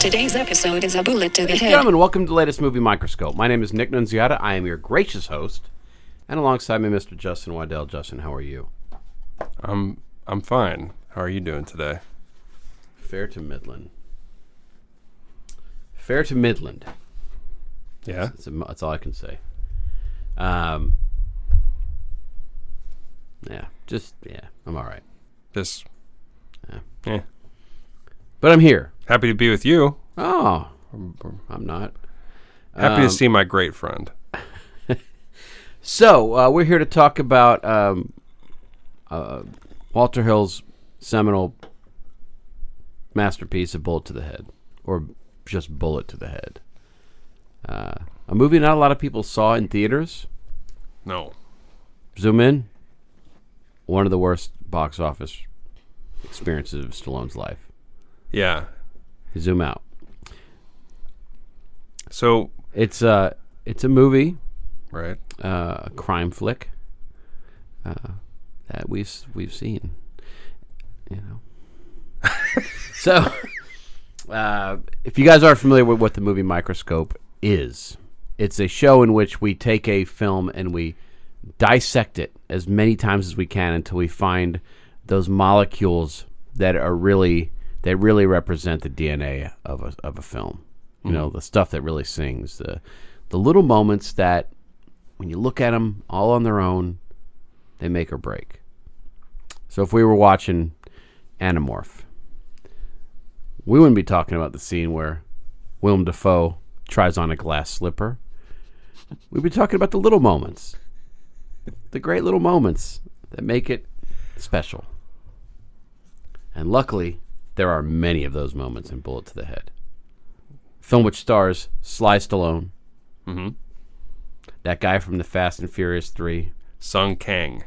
Today's episode is a bullet to the head. Gentlemen, welcome to the latest movie microscope. My name is Nick Nunziata. I am your gracious host, and alongside me, Mr. Justin Waddell. Justin, how are you? I'm I'm fine. How are you doing today? Fair to Midland. Fair to Midland. Yeah. That's, a- that's all I can say. Um, yeah, just yeah, I'm all right, Just Yeah. yeah. but I'm here. Happy to be with you. Oh, I'm not. Um, Happy to see my great friend. So uh, we're here to talk about um, uh, Walter Hill's seminal masterpiece, "A Bullet to the Head," or just "Bullet to the Head," uh, a movie not a lot of people saw in theaters. No. Zoom in. One of the worst box office experiences of Stallone's life. Yeah. Zoom out. So It's a it's a movie, right. uh, a crime flick uh, that we've s- we've seen. You know. so, uh, if you guys are familiar with what the movie Microscope is, it's a show in which we take a film and we dissect it as many times as we can until we find those molecules that are really that really represent the DNA of a of a film. You know, the stuff that really sings, the the little moments that when you look at them all on their own, they make or break. So if we were watching Animorph, we wouldn't be talking about the scene where Willem Dafoe tries on a glass slipper. We'd be talking about the little moments, the great little moments that make it special. And luckily, there are many of those moments in Bullet to the Head. Film which stars Sly Stallone, that guy from the Fast and Furious 3, Sung Kang.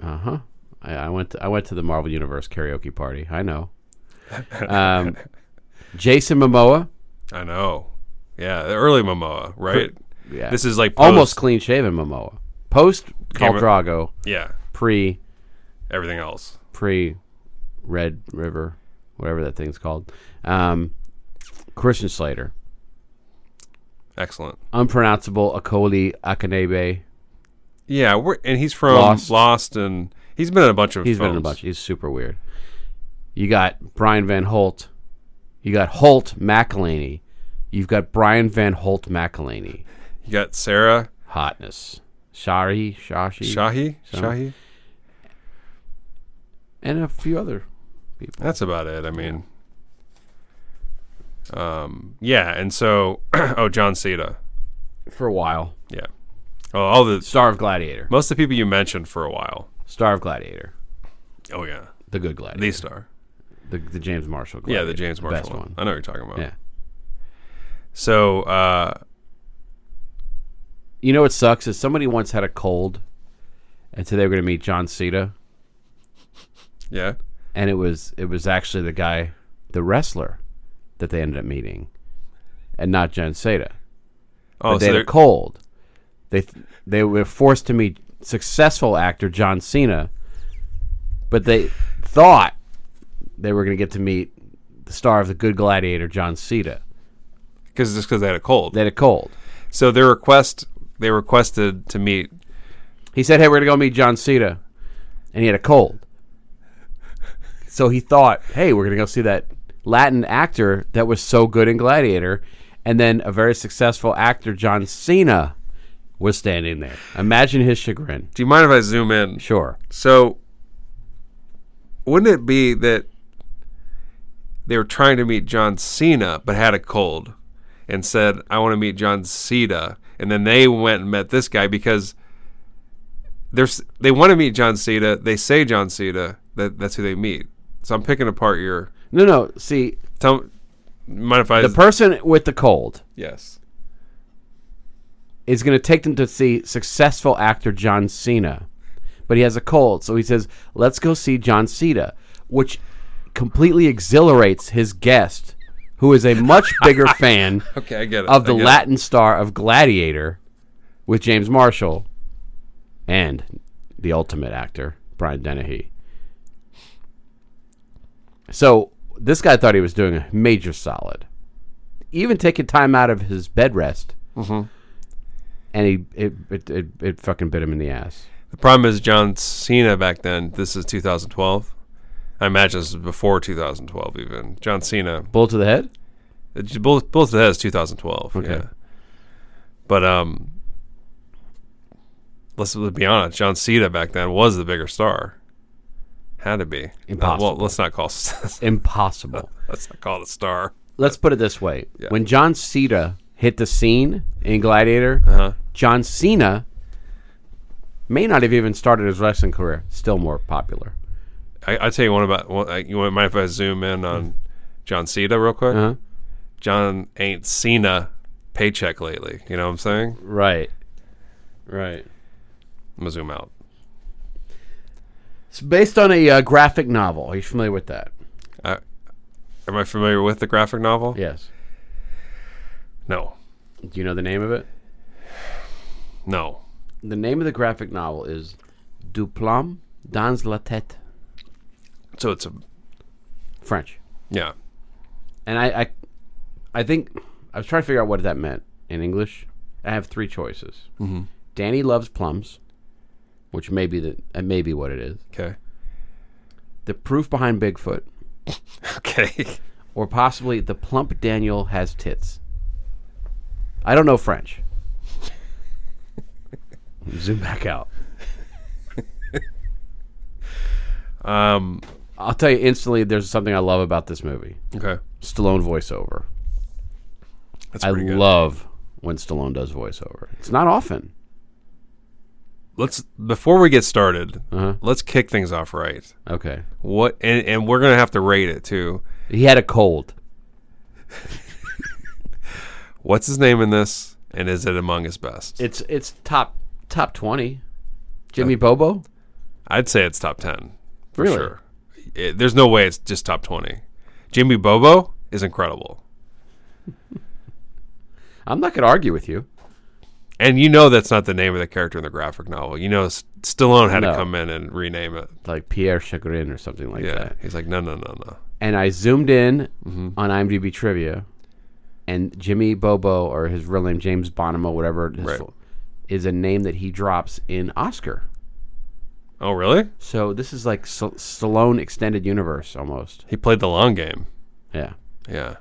uh huh. I, I went. To, I went to the Marvel Universe karaoke party. I know. Um, Jason Momoa, I know. Yeah, the early Momoa, right? yeah. This is like post- almost clean shaven Momoa. Post Khal Camera- Drago, Yeah. pre Everything else. pre Red River, whatever that thing's called. Um, Christian Slater, Excellent. unpronounceable Akoli Akanebe. Yeah, we're, and he's from Lost. Lost, and he's been in a bunch of He's been in a films. bunch. He's super weird. You got Brian Van Holt. You got Holt McElhaney. You've got Brian Van Holt McElhaney. You got Sarah hotness. Shari, Shashi, Shahi. So- Shahi. and a few other people. That's about it. I mean, um, yeah, and so oh, John Cena. For a while. Yeah. Oh, all the Star of Gladiator. most of the people you mentioned for a while. Star of Gladiator. Oh yeah, The good the Gladiator. star. The, the James Marshall Yeah, Gladiator. the James Marshall best one. one. I know what you're talking about. Yeah. So, uh, You know what sucks is somebody once had a cold and said they were going to meet John Cena yeah, and it was it was actually the guy the wrestler that they ended up meeting and not John Cena. oh, they so had they're a cold. They th- they were forced to meet successful actor John Cena, but they thought they were going to get to meet the star of The Good Gladiator, John Cena. Because just because they had a cold. They had a cold. so their request, they requested to meet. He said, "Hey, we're gonna go meet John Cena," and he had a cold. So he thought, "Hey, we're gonna go see that Latin actor that was so good in Gladiator," and then a very successful actor, John Cena, was standing there. Imagine his chagrin. Do you mind if I zoom in? Sure, So, wouldn't it be that they were trying to meet John Cena but had a cold and said, I want to meet John Cena? And then they went and met this guy because there's, they want to meet John Cena. They say John Cena. That, that's who they meet. So I'm picking apart your. no, no. See, Tell, mind if I. the person with the cold yes. is going to take them to see successful actor John Cena, but he has a cold, so he says, "Let's go see John Cena," which completely exhilarates his guest, who is a much bigger fan Okay, I get it. of I the get it. Latin star of Gladiator with James Marshall and the ultimate actor, Brian Dennehy. So this guy thought he was doing a major solid. Even taking time out of his bed rest. And he it, it, it, it fucking bit him in the ass. The problem is John Cena back then. This is 2012. I imagine this is before 2012 even. John Cena, Bull to the head? both both of that is 2012. Okay. yeah. But um, let's, let's be honest. John Cena back then was the bigger star. Had to be. Impossible. well, let's not call let's Impossible. not call it a star. Let's put it this way: when John Cena hit the scene in Gladiator, John Cena may not have even started his wrestling career. Still more popular. I, I tell you one about. One, I, you mind if I zoom in on John Cena real quick? Hmm. Uh-huh. John ain't Cena paycheck lately. You know what I'm saying? Right. Right. I'm gonna zoom out. It's based on a uh, graphic novel. Are you familiar with that? Am I familiar with the graphic novel? Yes. No. Do you know the name of it? No. The name of the graphic novel is Duplom dans la tête, So it's a French. yeah. and I, I, I think I was trying to figure out what that meant in English. I have three choices. Mm-hmm. Danny loves plums, which may be the uh, may be what it is. Okay. The proof behind Bigfoot, Okay. or possibly the plump Daniel has tits. I don't know French. Zoom back out. Um. I'll tell you instantly. There's something I love about this movie: Okay. Stallone voiceover. That's I pretty good. love when Stallone does voiceover. It's not often. Let's before we get started, Uh-huh. let's kick things off right. Okay. What and, and we're gonna have to rate it too. He had a cold. What's his name in this? And is it among his best? It's it's top top twenty. Jimmy Bobo. I'd say it's top ten for Really? sure. It- there's no way it's just top twenty. Jimmy Bobo is incredible, I'm not gonna argue with you. and you know that's not the name of the character in the graphic novel. You know S- Stallone had No. to come in and rename it. Like Pierre Chagrin or something like Yeah, that. he's like, no, no, no, no. And I zoomed in on IMDb trivia, and Jimmy Bobo or his real name James Bonomo, whatever, it is, Right. is a name that he drops in Oscar. Oh, really? So this is like S- Stallone extended universe almost. He played the long game. Yeah. Yeah,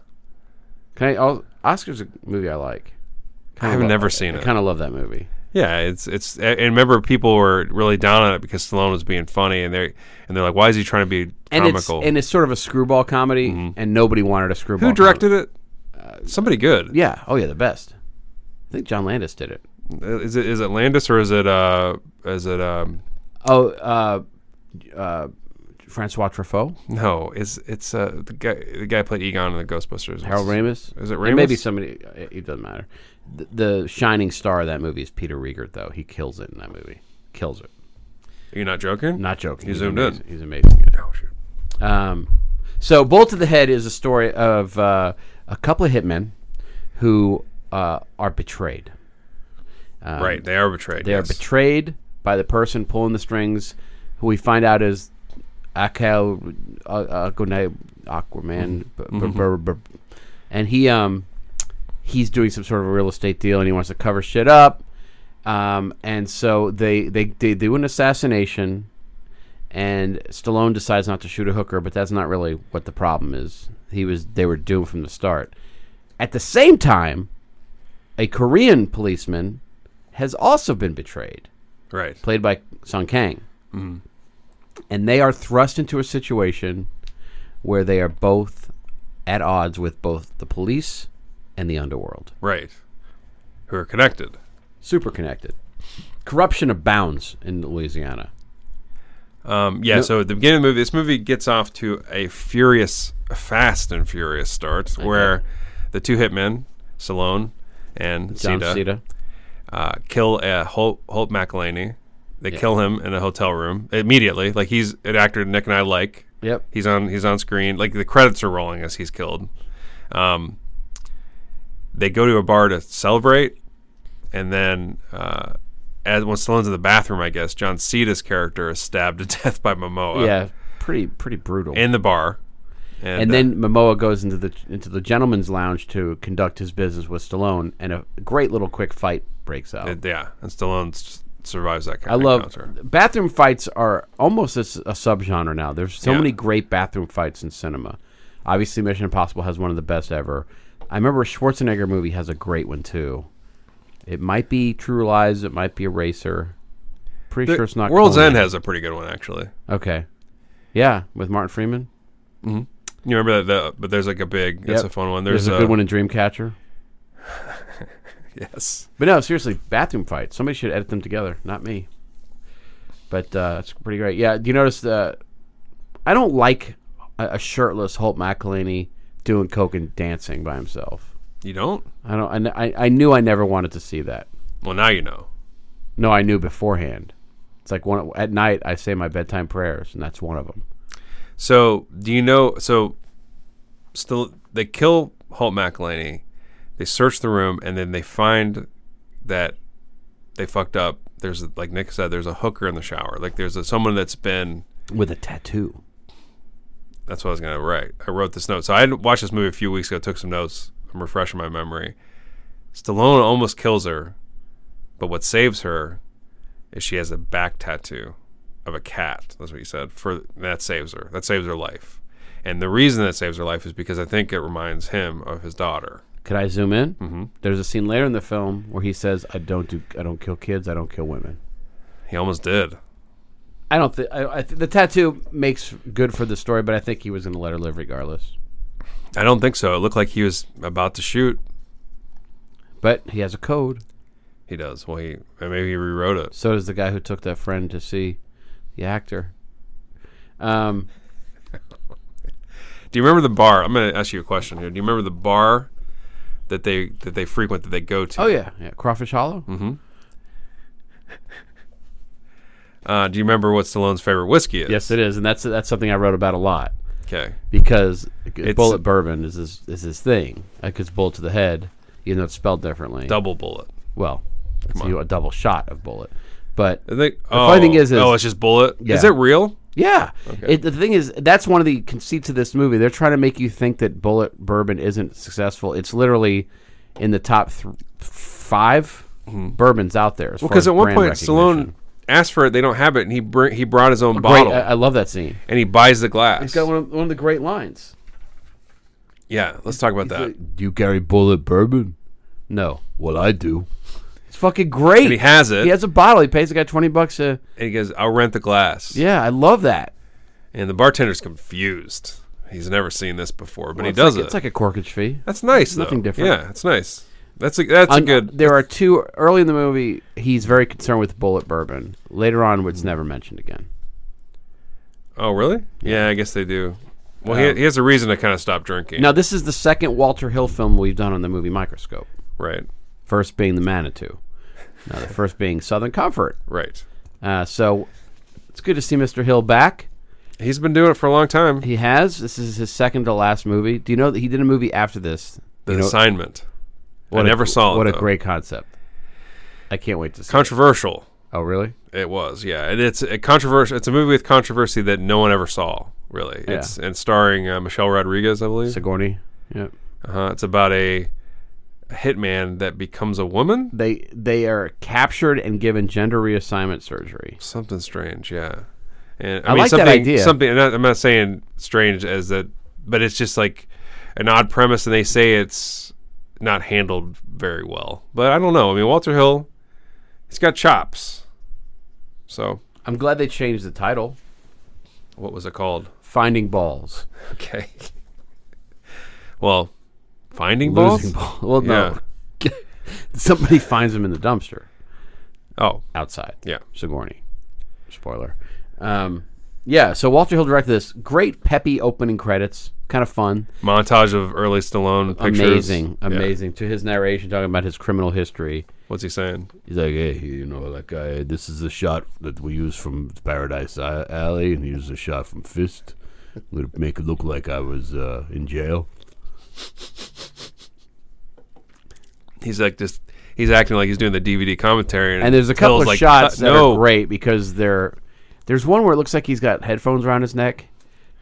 Can I? I'll, Oscar's a movie I like. Kinda I've love- never seen I it. kind of love that movie. Yeah, it's it's. And remember, people were really down on it because Stallone was being funny, and they are and they're like, "Why is he trying to be And comical?" Mm-hmm. it's and it's sort of a screwball comedy, and nobody wanted a screwball. Who comedy. directed it? Somebody good. uh, Yeah. Oh yeah, the best. I think John Landis did it. Is it is it Landis or is it uh is it um Oh, uh, uh, Francois Truffaut, no is it's uh the guy the guy played Egon in the Ghostbusters. Harold Ramis. Is it And maybe Ramis? somebody. It, it doesn't matter. The, the shining star of that movie is Peter Riegert, though. He kills it in that movie. Kills it. You're not joking. Not joking. You He's zoomed amazing. in. He's amazing. at it. Oh, shoot. Um, so, Bolt to the Head is a story of uh, a couple of hitmen who uh, are betrayed. right, they are betrayed. They are yes. betrayed by the person pulling the strings, who we find out is Akal uh, Aquaman, Mm-hmm. Aquaman, b- b- b- b- and he um he's doing some sort of a real estate deal, and he wants to cover shit up. Um, and so they, they they do an assassination, and Stallone decides not to shoot a hooker, but that's not really what the problem is. He was they were doomed from the start. At the same time, a Korean policeman has also been betrayed Right. played by Sung Kang. Mm-hmm. And they are thrust into a situation where they are both at odds with both the police and the underworld. Right. Who are connected. Super connected. Corruption abounds in Louisiana. Um, yeah, so at the beginning of the movie, this movie gets off to a furious, fast and furious start where the two hitmen, Stallone and John Sita, Cena. uh, kill uh, Holt, Holt McElhaney. They kill him in a hotel room immediately. Like he's an actor Nick and I like. Yep. He's on he's on screen. Like the credits are rolling as he's killed. Um, they go to a bar to celebrate, and then uh, as when Stallone's in the bathroom, I guess John Cena's character is stabbed to death by Momoa yeah, pretty pretty brutal. And, in the bar. And, uh, then Momoa goes into the into the gentleman's lounge to conduct his business with Stallone, and a great little quick fight breaks out. it- yeah, uh, and Stallone s- survives that kind I of love encounter. bathroom fights are almost a, s- a subgenre now. There's so Yeah. many great bathroom fights in cinema. Obviously, Mission Impossible has one of the best ever. I remember a Schwarzenegger movie has a great one too. It might be True Lies. It might be Eraser. Pretty The- sure it's not World's Conan. End has a pretty good one actually. Okay, yeah, with Martin Freeman. You remember that? The, but there's like a big. It's Yep. a fun one. There's, There's, a, good one in Dreamcatcher. Yes. But no, seriously, bathroom fights. Somebody should edit them together, not me. But uh, it's pretty great. Yeah, do you notice the? I don't like a, a shirtless Holt McElhaney doing coke and dancing by himself. You don't? I don't. I kn- I, I knew I never wanted to see that. Well, now you know. No, I knew beforehand. It's like one at night. I say my bedtime prayers, and that's one of them. So do you know? So still, they kill Holt McElhaney. They search the room, and then they find that they fucked up. There's like Nick said, there's a hooker in the shower. Like there's a, someone that's been. With a tattoo. That's what I was gonna write. I wrote this note. So I had watched this movie a few weeks ago. Took some notes. I'm refreshing my memory. Stallone almost kills her, but what saves her is she has a back tattoo of a cat. That's what he said. For that saves her. That saves her life. And the reason that saves her life is because I think it reminds him of his daughter. Could I zoom in? Mm-hmm. There's a scene later in the film where he says, "I don't do. I don't kill kids. I don't kill women." He almost did. I don't think I, I th- the tattoo makes good for the story, but I think he was going to let her live regardless. I don't think so. It looked like he was about to shoot. But he has a code. He does. Well, he maybe he rewrote it. So does the guy who took that friend to see the actor. Um, Do you remember the bar? I'm going to ask you a question here. Do you remember the bar that they that they frequent that they go to? oh yeah, yeah, Crawfish Hollow. Uh, do you remember what Stallone's favorite whiskey is? Yes, it is, and that's that's something I wrote about a lot Okay. because bullet Bullet bourbon is his, is his thing. Like it's bullet to the head, even though it's spelled differently. Double bullet. well, it's you- a double shot of bullet, but I think. The oh, funny thing is- is- oh, it's just bullet. Is Yeah. it real? Yeah. It, the thing is, that's one of the conceits of this movie. They're trying to make you think that Bullet Bourbon isn't successful. It's literally in the top th- 5 bourbons out there. as far Because as Mm-hmm. at one brand point recognition. Stallone asked for it, they don't have it, and he br- he brought his own Great. bottle I, I love that scene. and he buys the glass. He's got one of, one of the great lines. yeah, let's talk about that. Do you carry Bullet Bourbon? No. Well, I do. It's fucking and great. he has it, He has a bottle. He pays the guy 20 bucks a. and he goes, "I'll rent the glass." Yeah, I love that. And the bartender's confused. He's never seen this before, but he It's does like- it. It's like a corkage fee. that's nice. though. nothing different. Yeah, it's nice. That's a that's a Un- uh, good. There are two early in the movie. He's very concerned with bullet bourbon. Later on, it's never mentioned again. Oh, really? Yeah, I guess they do. Well, Um, he, he has a reason to kind of stop drinking. Now, this is the second Walter Hill film we've done on the movie Microscope. Right. First being The Manitou. Now, the first being Southern Comfort. Right. Uh, so it's good to see Mr. Hill back. He's been doing it for a long time. He has. This is his second to last movie. Do you know that he did a movie after this? The You know- assignment. what I a- never saw it. What a though. great concept! I can't wait to see. it. controversial. Oh, really? It was, yeah, and it's a controversial. It's a movie with controversy that no one ever saw, really. Yeah. It's and starring uh, Michelle Rodriguez, I believe. Sigourney. Yep. Uh, it's about a hitman that becomes a woman. They they are captured and given gender reassignment surgery. Something strange, yeah. And I, I mean, like that something, idea. Something. and I- I'm not saying strange as that, but it's just like an odd premise, and they say it's not handled very well. But I don't know. I mean, Walter Hill, he's got chops. So I'm glad they changed the title. what was it called? Finding balls, Okay. well, finding balls. losing balls. Well, no, somebody finds them in the dumpster Oh, outside. yeah. Sigourney. Spoiler. Um, yeah, so Walter Hill directed this. Great peppy opening credits. Kind of fun. Montage of early Stallone pictures. Amazing. Yeah. Amazing. To his narration, talking about his criminal history. What's he saying? He's like, hey, you know, like guy, this is the shot that we used from Paradise I- Alley, and here's a shot from Fist. I'm going to make it look like I was uh, in jail. He's like just. He's acting like he's doing the DVD commentary, and, And there's a Hill's couple of like, shots "Uh, that no. are great because they're there's one where it looks like he's got headphones around his neck.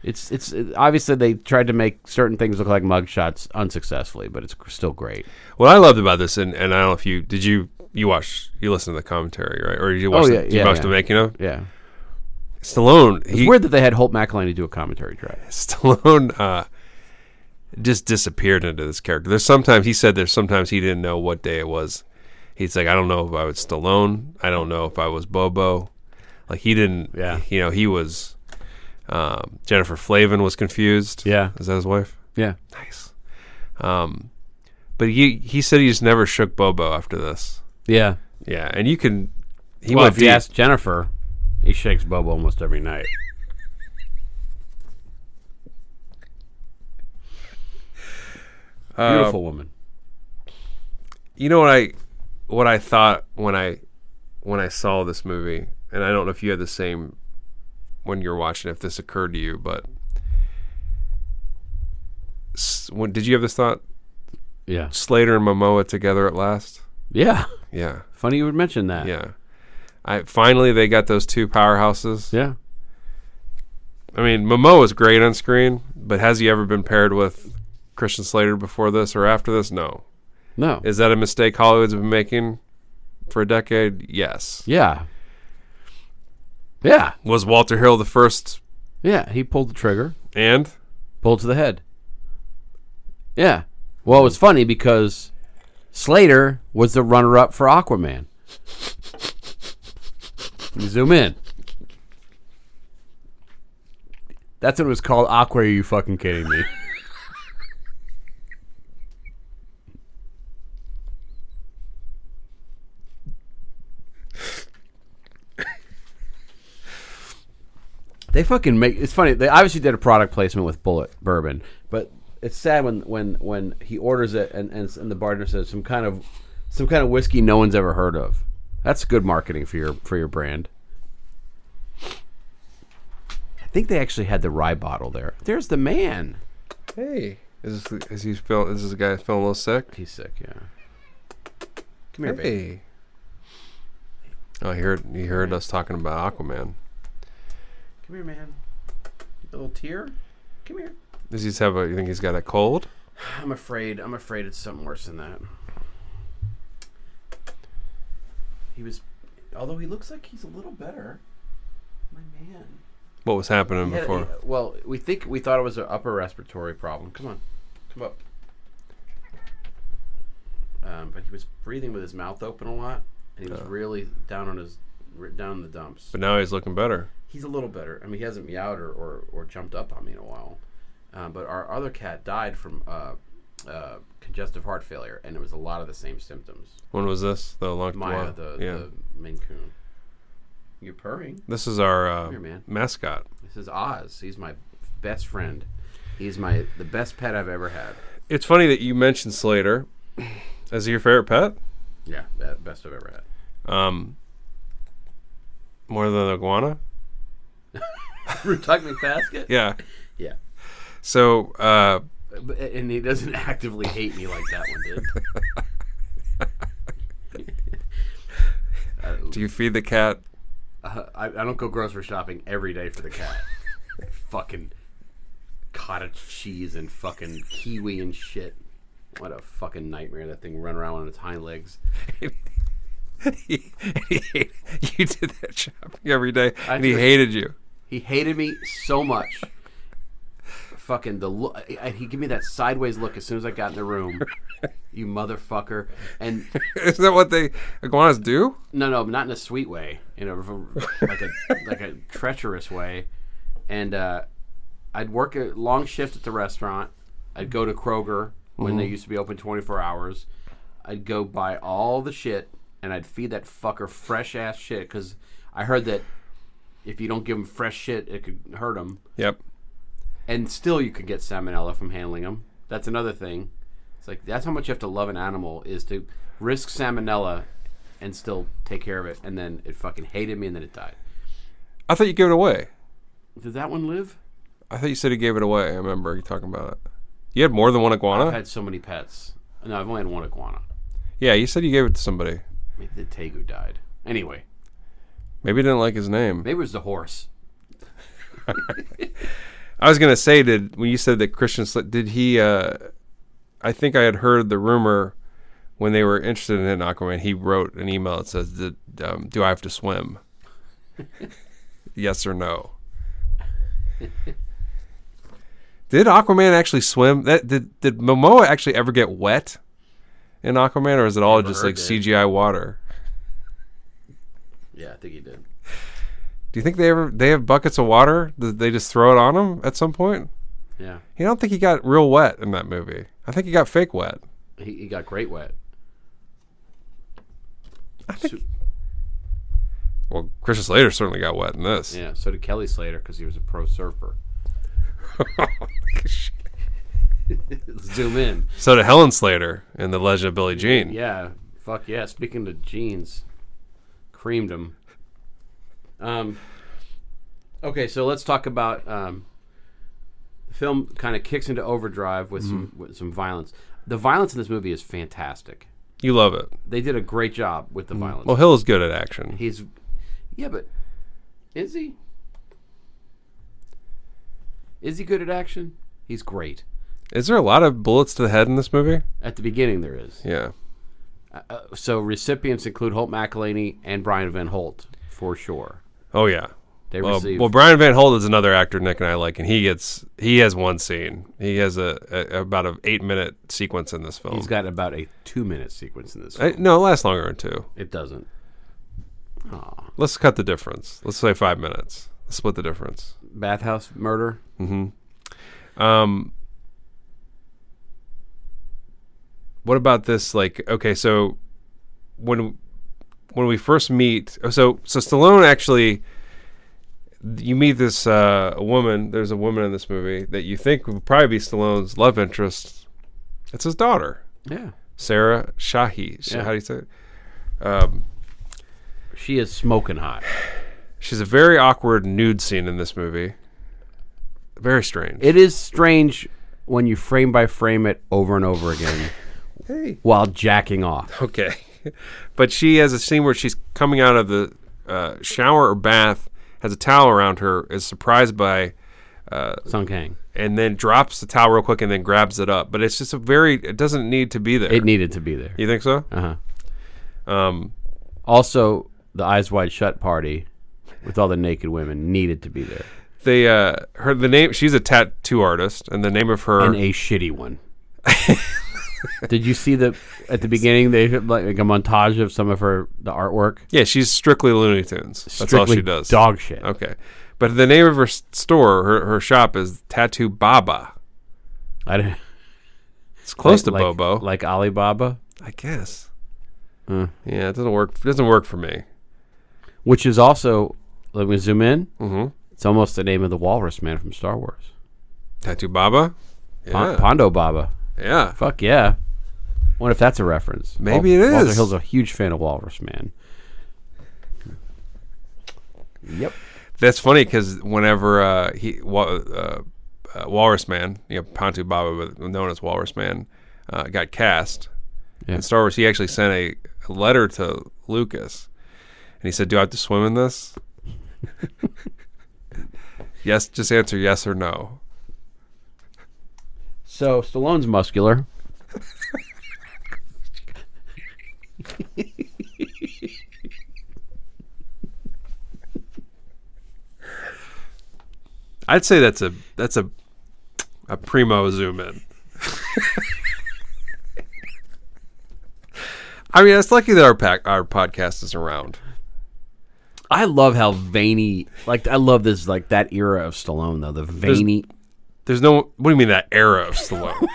It's it's it- obviously they tried to make certain things look like mug shots unsuccessfully, but it's cr- still great. What I loved about this, and, and I don't know if you did you you watch you listened to the commentary right, or did you watch Oh, the, yeah, did yeah, you watch yeah. the making of Yeah, Stallone. it's He, weird that they had Holt McElhaney do a commentary track. Stallone uh, just disappeared into this character. There's sometimes he said there's sometimes he didn't know what day it was. He's like, I don't know if I was Stallone. I don't know if I was Bobo. Like he didn't. Yeah. You know he was. Um, Jennifer Flavin was confused. Yeah. Is that his wife? Yeah, Nice. Um, but he he said he just never shook Bobo after this. yeah. Yeah, and you can. He well, went if you deep. ask Jennifer, he shakes Bobo almost every night. Beautiful woman. you know what I what I thought when I when I saw this movie, and I don't know if you had the same when you're watching if this occurred to you, but s- when, did you have this thought? Yeah, Slater and Momoa together at last. yeah. Yeah, Funny you would mention that. yeah. I finally they got those two powerhouses. yeah. I mean, Momoa's great on screen, but has he ever been paired with Christian Slater before this or after this? No. No. Is that a mistake Hollywood's been making for a decade? Yes. yeah. Yeah. Was Walter Hill the first Yeah. He pulled the trigger. and pulled to the head. Yeah. Well, it was funny because Slater was the runner-up for Aquaman. Let me zoom in. That's what it was called. Aqua? Are you fucking kidding me? They fucking make it's funny. They obviously did a product placement with Bullet Bourbon, but it's sad when when when he orders it and and, and the bartender says some kind of some kind of whiskey no one's ever heard of. That's good marketing for your for your brand. I think they actually had the rye bottle there. There's the man. hey, is this, is he feeling? Is this guy feeling a little sick? He's sick. Yeah. Come here, baby. Hey. Oh, he heard he heard us talking about Aquaman. Come here, man. A little tear. Come here. Does he have a? You think he's got a cold? I'm afraid. I'm afraid it's something worse than that. He was, although he looks like he's a little better. My man. What was happening He had- before? he- well, we think we thought it was an upper respiratory problem. Come on, come up. Um, but he was breathing with his mouth open a lot, and he was really down on his r- down in the dumps. But now he's looking better. He's a little better. I mean, he hasn't meowed or, or, or jumped up on me in a while. Um, but our other cat died from uh, uh, congestive heart failure, and it was a lot of the same symptoms. When was this? The long Maya, while- the, yeah. the Maine Coon. You're purring. This is our uh, here, man. mascot. This is Oz. He's my best friend. He's my the best pet I've ever had. It's funny that you mentioned Slater. Is he your favorite pet? Yeah, be- best I've ever had. Um, more than the iguana? Tuck McBasket. Yeah. Yeah. So, uh, But- and he doesn't actively hate me like that one did. Do you feed the cat? I, I don't go grocery shopping every day for the cat. fucking cottage cheese and fucking kiwi and shit. What a fucking nightmare that thing run around on its hind legs. you did that shopping every day, I and he did. hated you. He hated me so much. Fucking the look. He gave me that sideways look as soon as I got in the room. You motherfucker. And Is that what they iguanas do? no, no, not in a sweet way. You know, like a like a treacherous way. And uh, I'd work a long shift at the restaurant. I'd go to Kroger when they used to be open 24 hours. I'd go buy all the shit and I'd feed that fucker fresh ass shit because I heard that if you don't give him fresh shit, it could hurt him. Yep. and still you could get salmonella from handling them. That's another thing. It's like that's how much you have to love an animal is to risk salmonella and still take care of it, and then it fucking hated me, and then it died. I thought you gave it away. Did that one live? I thought you said he gave it away. I remember you talking about it. You had more than one iguana. I've had so many pets. No, I've only had one iguana. yeah, you said you gave it to somebody. Maybe the tegu died. Anyway, Maybe he didn't like his name. maybe it was the horse. I was gonna say, did when you said that Christian Sl- did he? Uh, I think I had heard the rumor when they were interested in Aquaman. He wrote an email that says, "Did um, do I have to swim? yes or no." did Aquaman actually swim? That did did Momoa actually ever get wet in Aquaman, or is it all just heard like that. CGI water? Yeah, I think he did. Do you think they ever they have buckets of water? Did they just throw it on him at some point? Yeah, You don't think he got real wet in that movie? I think he got fake wet. he, he got great wet. So- Well, Christian Slater certainly got wet in this. yeah, so did Kelly Slater because he was a pro surfer. Zoom in. so did Helen Slater in The Legend of Billie Jean. Yeah, fuck yeah. Speaking to jeans, creamed them. Um, okay, so let's talk about um, the film. Kind of kicks into overdrive with some with some violence. The violence in this movie is fantastic. You love it. They did a great job with the violence. Well, Hill is good at action. He's yeah, but is he? Is he good at action? He's great. Is there a lot of bullets to the head in this movie? At the beginning, there is. Yeah. So recipients include Holt McElhaney and Brian Van Holt for sure. Oh yeah. They Well, receive. well, Brian Van Holt is another actor Nick and I like, and he gets he has one scene. He has a, a about an eight minute sequence in this film. he's got about a two-minute sequence in this. I, film. no, it lasts longer than two. it doesn't. Let's cut the difference. Let's say five minutes. Let's split the difference. Bathhouse murder. Um, what about this? Like, okay, so when when we first meet, oh, so so Stallone actually, you meet this uh, woman. There's a woman in this movie that you think would probably be Stallone's love interest. It's his daughter, Yeah, Sarah Shahi. Sh- Yeah. How do you say it? she is smoking hot. She's a very awkward nude scene in this movie. Very strange. It is strange when you frame by frame it over and over again hey. while jacking off. Okay. but she has a scene where she's coming out of the uh, shower or bath, has a towel around her, is surprised by, Sung Kang. and then drops the towel real quick and then grabs it up. But it's just a very, it doesn't need to be there. It needed to be there. you think so? Uh huh. Um. Also, the Eyes Wide Shut party with all the naked women needed to be there, They, uh, her, the name, she's a tattoo artist, and the name of her, and a shitty one. Did you see the at the beginning they had like, like a montage of some of her the artwork? yeah, she's strictly Looney Tunes. That's all Strictly she does. Dog shit. Okay. But the name of her s- store, her, her shop is Tattoo Baba. I didn't, It's close to like, Bobo. like Mm. Alibaba, I guess. Yeah, it doesn't work. It doesn't work for me. which is also let me zoom in. Mm-hmm. It's almost the name of the walrus man from Star Wars, Tattoo Baba? Pon- Yeah. Pondo Baba. yeah. Fuck yeah! What if that's a reference? Maybe Wal- it Walter is. Hill's a huge fan of Walrus Man. Yep. That's funny because whenever uh, he wa- uh, uh, Walrus Man, you know, Pontu Baba, but known as Walrus Man, uh, got cast Yeah. in Star Wars, he actually sent a, a letter to Lucas And he said, "Do I have to swim in this?" yes, just answer yes or no. So Stallone's muscular. I'd say that's a that's a a primo zoom in. I mean, it's lucky that our pack, our podcast is around. I love how veiny. Like I love this like that era of Stallone though. The veiny. There's no. What do you mean that era of Stallone?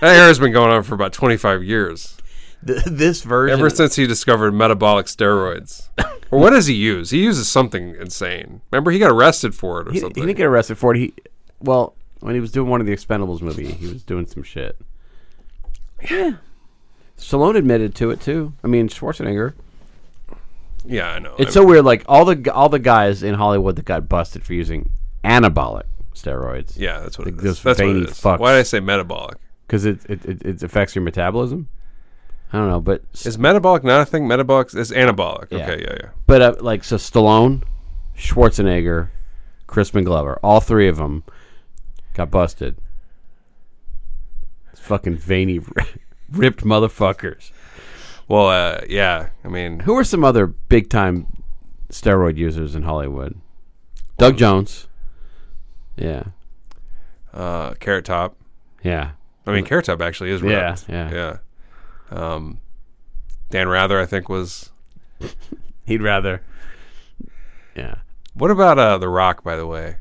that era's been going on for about 25 years. th- this version. Ever since he discovered metabolic steroids. or what does he use? He uses something insane. Remember, he got arrested for it or he, he something. didn't get arrested for it. He well when he was doing one of the Expendables movie, he was doing some shit. Yeah. Stallone admitted to it too. I mean Schwarzenegger. yeah, I know. It's so weird. Like all the all the guys in Hollywood that got busted for using anabolic steroids. yeah, that's what it Like those is. That's what veiny it is. fucks. Why did I say metabolic? because it it, it it affects your metabolism. I don't know, but Is metabolic not a thing? Metabolic is anabolic. Yeah. Okay, yeah, yeah. but uh, like so, Stallone, Schwarzenegger, Crispin Glover, all three of them got busted. It's fucking veiny, ripped motherfuckers. Well, uh, yeah. I mean, Who are some other big time steroid users in Hollywood? Doug Jones. Yeah, uh, Carrot Top. yeah, I mean, Carrot Top actually is Yeah, ripped. yeah. yeah. Um, Dan Rather, I think, was. he'd rather. Yeah, What about uh, The Rock, by the way?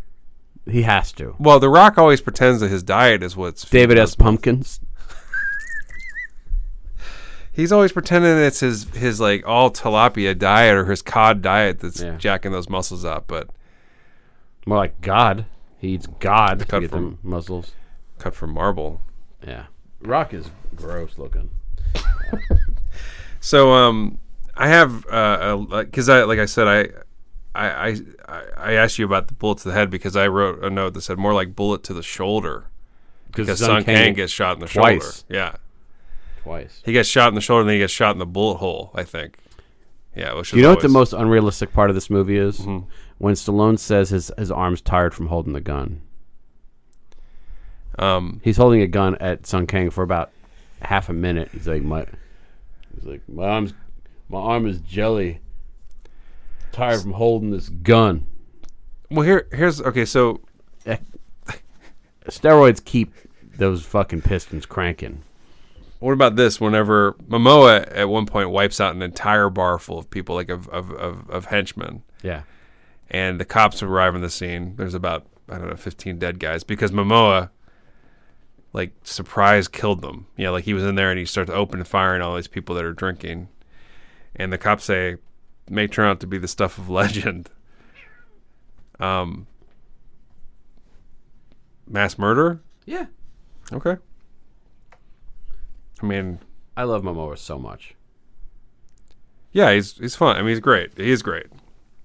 he has to. Well, The Rock always pretends that his diet is what's. David S. Pumpkins. He's always pretending it's his his like all tilapia diet or his cod diet that's Yeah. jacking those muscles up, but More like God. He eats God to Cut get from- them muscles. cut from marble. Yeah. Rock is gross looking. So um, I have because I like I said I, I I I I asked you about the bullet to the head because I wrote a note that said more like bullet to the shoulder because Sun Kang gets shot in the twice. shoulder. Yeah, twice. he gets shot in the shoulder and then he gets shot in the bullet hole. I think. Yeah, which is You know what the always- most unrealistic part of this movie is? When Stallone says his, his arm's tired from holding the gun. um He's holding a gun at Sun Kang for about half a minute. He's like my He's like my arm's my arm is jelly. Tired from holding this gun. well here here's okay so Steroids keep those fucking pistons cranking. What about this? Whenever Momoa at one point wipes out an entire bar full of people, like of of, of, of henchmen, Yeah. and the cops arrive on the scene. There's about I don't know, 15 dead guys because Momoa, like surprise, killed them. Yeah, like he was in there and he starts open fire on all these people that are drinking, and the cops say may turn out to be the stuff of legend. Um, mass murder. Yeah. Okay. I mean, I love Momoa so much. Yeah, he's he's fun. I mean, he's great. He is great.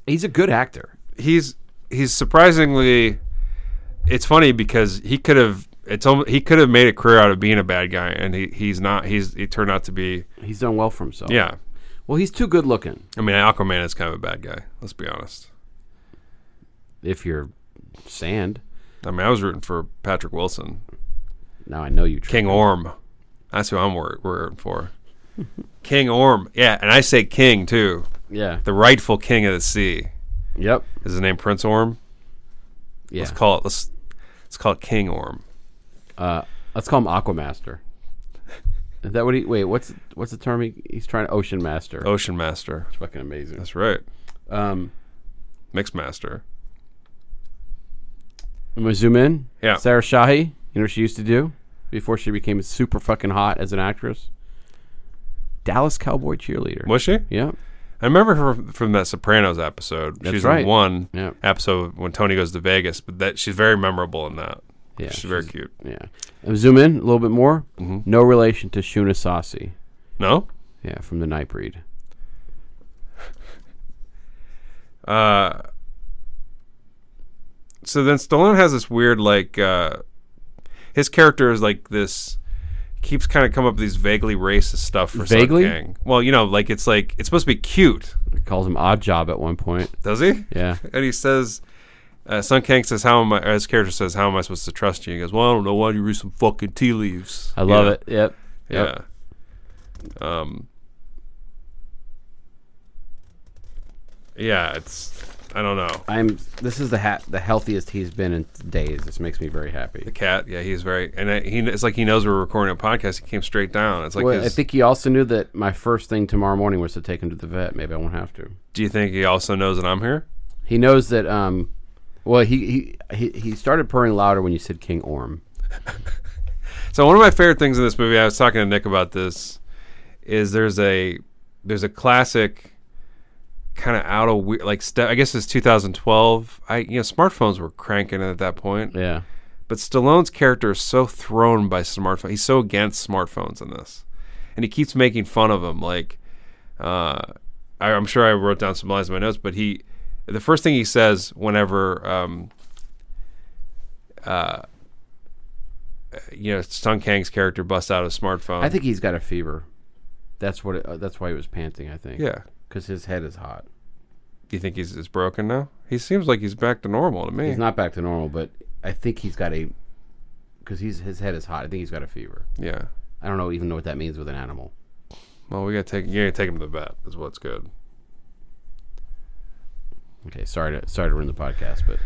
He's a good actor. He's he's surprisingly. It's funny because he could have it's almost, he could have made a career out of being a bad guy, and he, he's not. He's he turned out to be He's done well for himself. yeah. Well, he's too good looking. I mean, Aquaman is kind of a bad guy. Let's be honest. If you're sand, I mean, I was rooting for Patrick Wilson, now I know you. Tr- King Orm. That's who I'm wor- we're rooting for. king Orm. Yeah, and I say King too. yeah. The rightful king of the sea Yep. is his name Prince Orm. Yeah. Let's call it let's let's call it King Orm. Let's call him Aquamaster. Is that what he? Wait, what's what's the term he, he's trying? Ocean Master. Oh, Ocean Master. it's fucking amazing. That's right. Um, Mixmaster. I'm gonna zoom in. Yeah. Sarah Shahi. You know what she used to do before she became super fucking hot as an actress? Dallas Cowboy cheerleader. Was she? Yeah. I remember her from, from that Sopranos episode. she's right. in one Yeah. episode when Tony goes to Vegas, but that she's very memorable in that. Yeah, she's, very cute. Yeah. I'm zoom in a little bit more. Mm-hmm. No relation to Shuna Sassi. No? Yeah, from the Nightbreed. Uh so then Stallone has this weird like uh his character is like this keeps kind of coming up with these vaguely racist stuff for Sun Vaguely? Kang. Well, you know, like it's like it's supposed to be cute, He calls him odd job at one point. does he? Yeah. And he says, uh, Sun Kang says, "How am I?" Or his character says, "How am I supposed to trust you?" He goes, "Well, I don't know. Why do you read some fucking tea leaves?" I love You know? it. Yep. Yep. Yeah. Um. Yeah, it's. I don't know. I'm. This is the ha- the healthiest he's been in days. This makes me very happy. The cat, yeah, he's very, and I, he. It's like he knows we're recording a podcast. He came straight down. It's like, Well, I his- think he also knew that my first thing tomorrow morning was to take him to the vet. Maybe I won't have to. do you think he also knows that I'm here? He knows that. Um, well, he he he, he started purring louder when you said King Orm. So one of my favorite things in this movie, I was talking to Nick about this, is there's a there's a classic kind of out of weird like step. I guess it's 2012. I you know smartphones were cranking it at that point, Yeah. but Stallone's character is so thrown by smartphone. He's so against smartphones in this, and he keeps making fun of them. Like, uh, I, I'm sure I wrote down some lines in my notes, but he the first thing he says whenever um, uh, you know Sung Kang's character busts out a smartphone. I think he's got a fever. That's what. It, uh, that's why he was panting. I think. yeah. Because his head is hot. Do you think he's is broken now? He seems like he's back to normal to me. He's not back to normal, but I think he's got a. Because he's his head is hot. I think he's got a fever. yeah. I don't know even know what that means with an animal. Well, we gotta take you gotta take him to the vet. Is what's good. Okay, sorry to sorry to ruin the podcast, but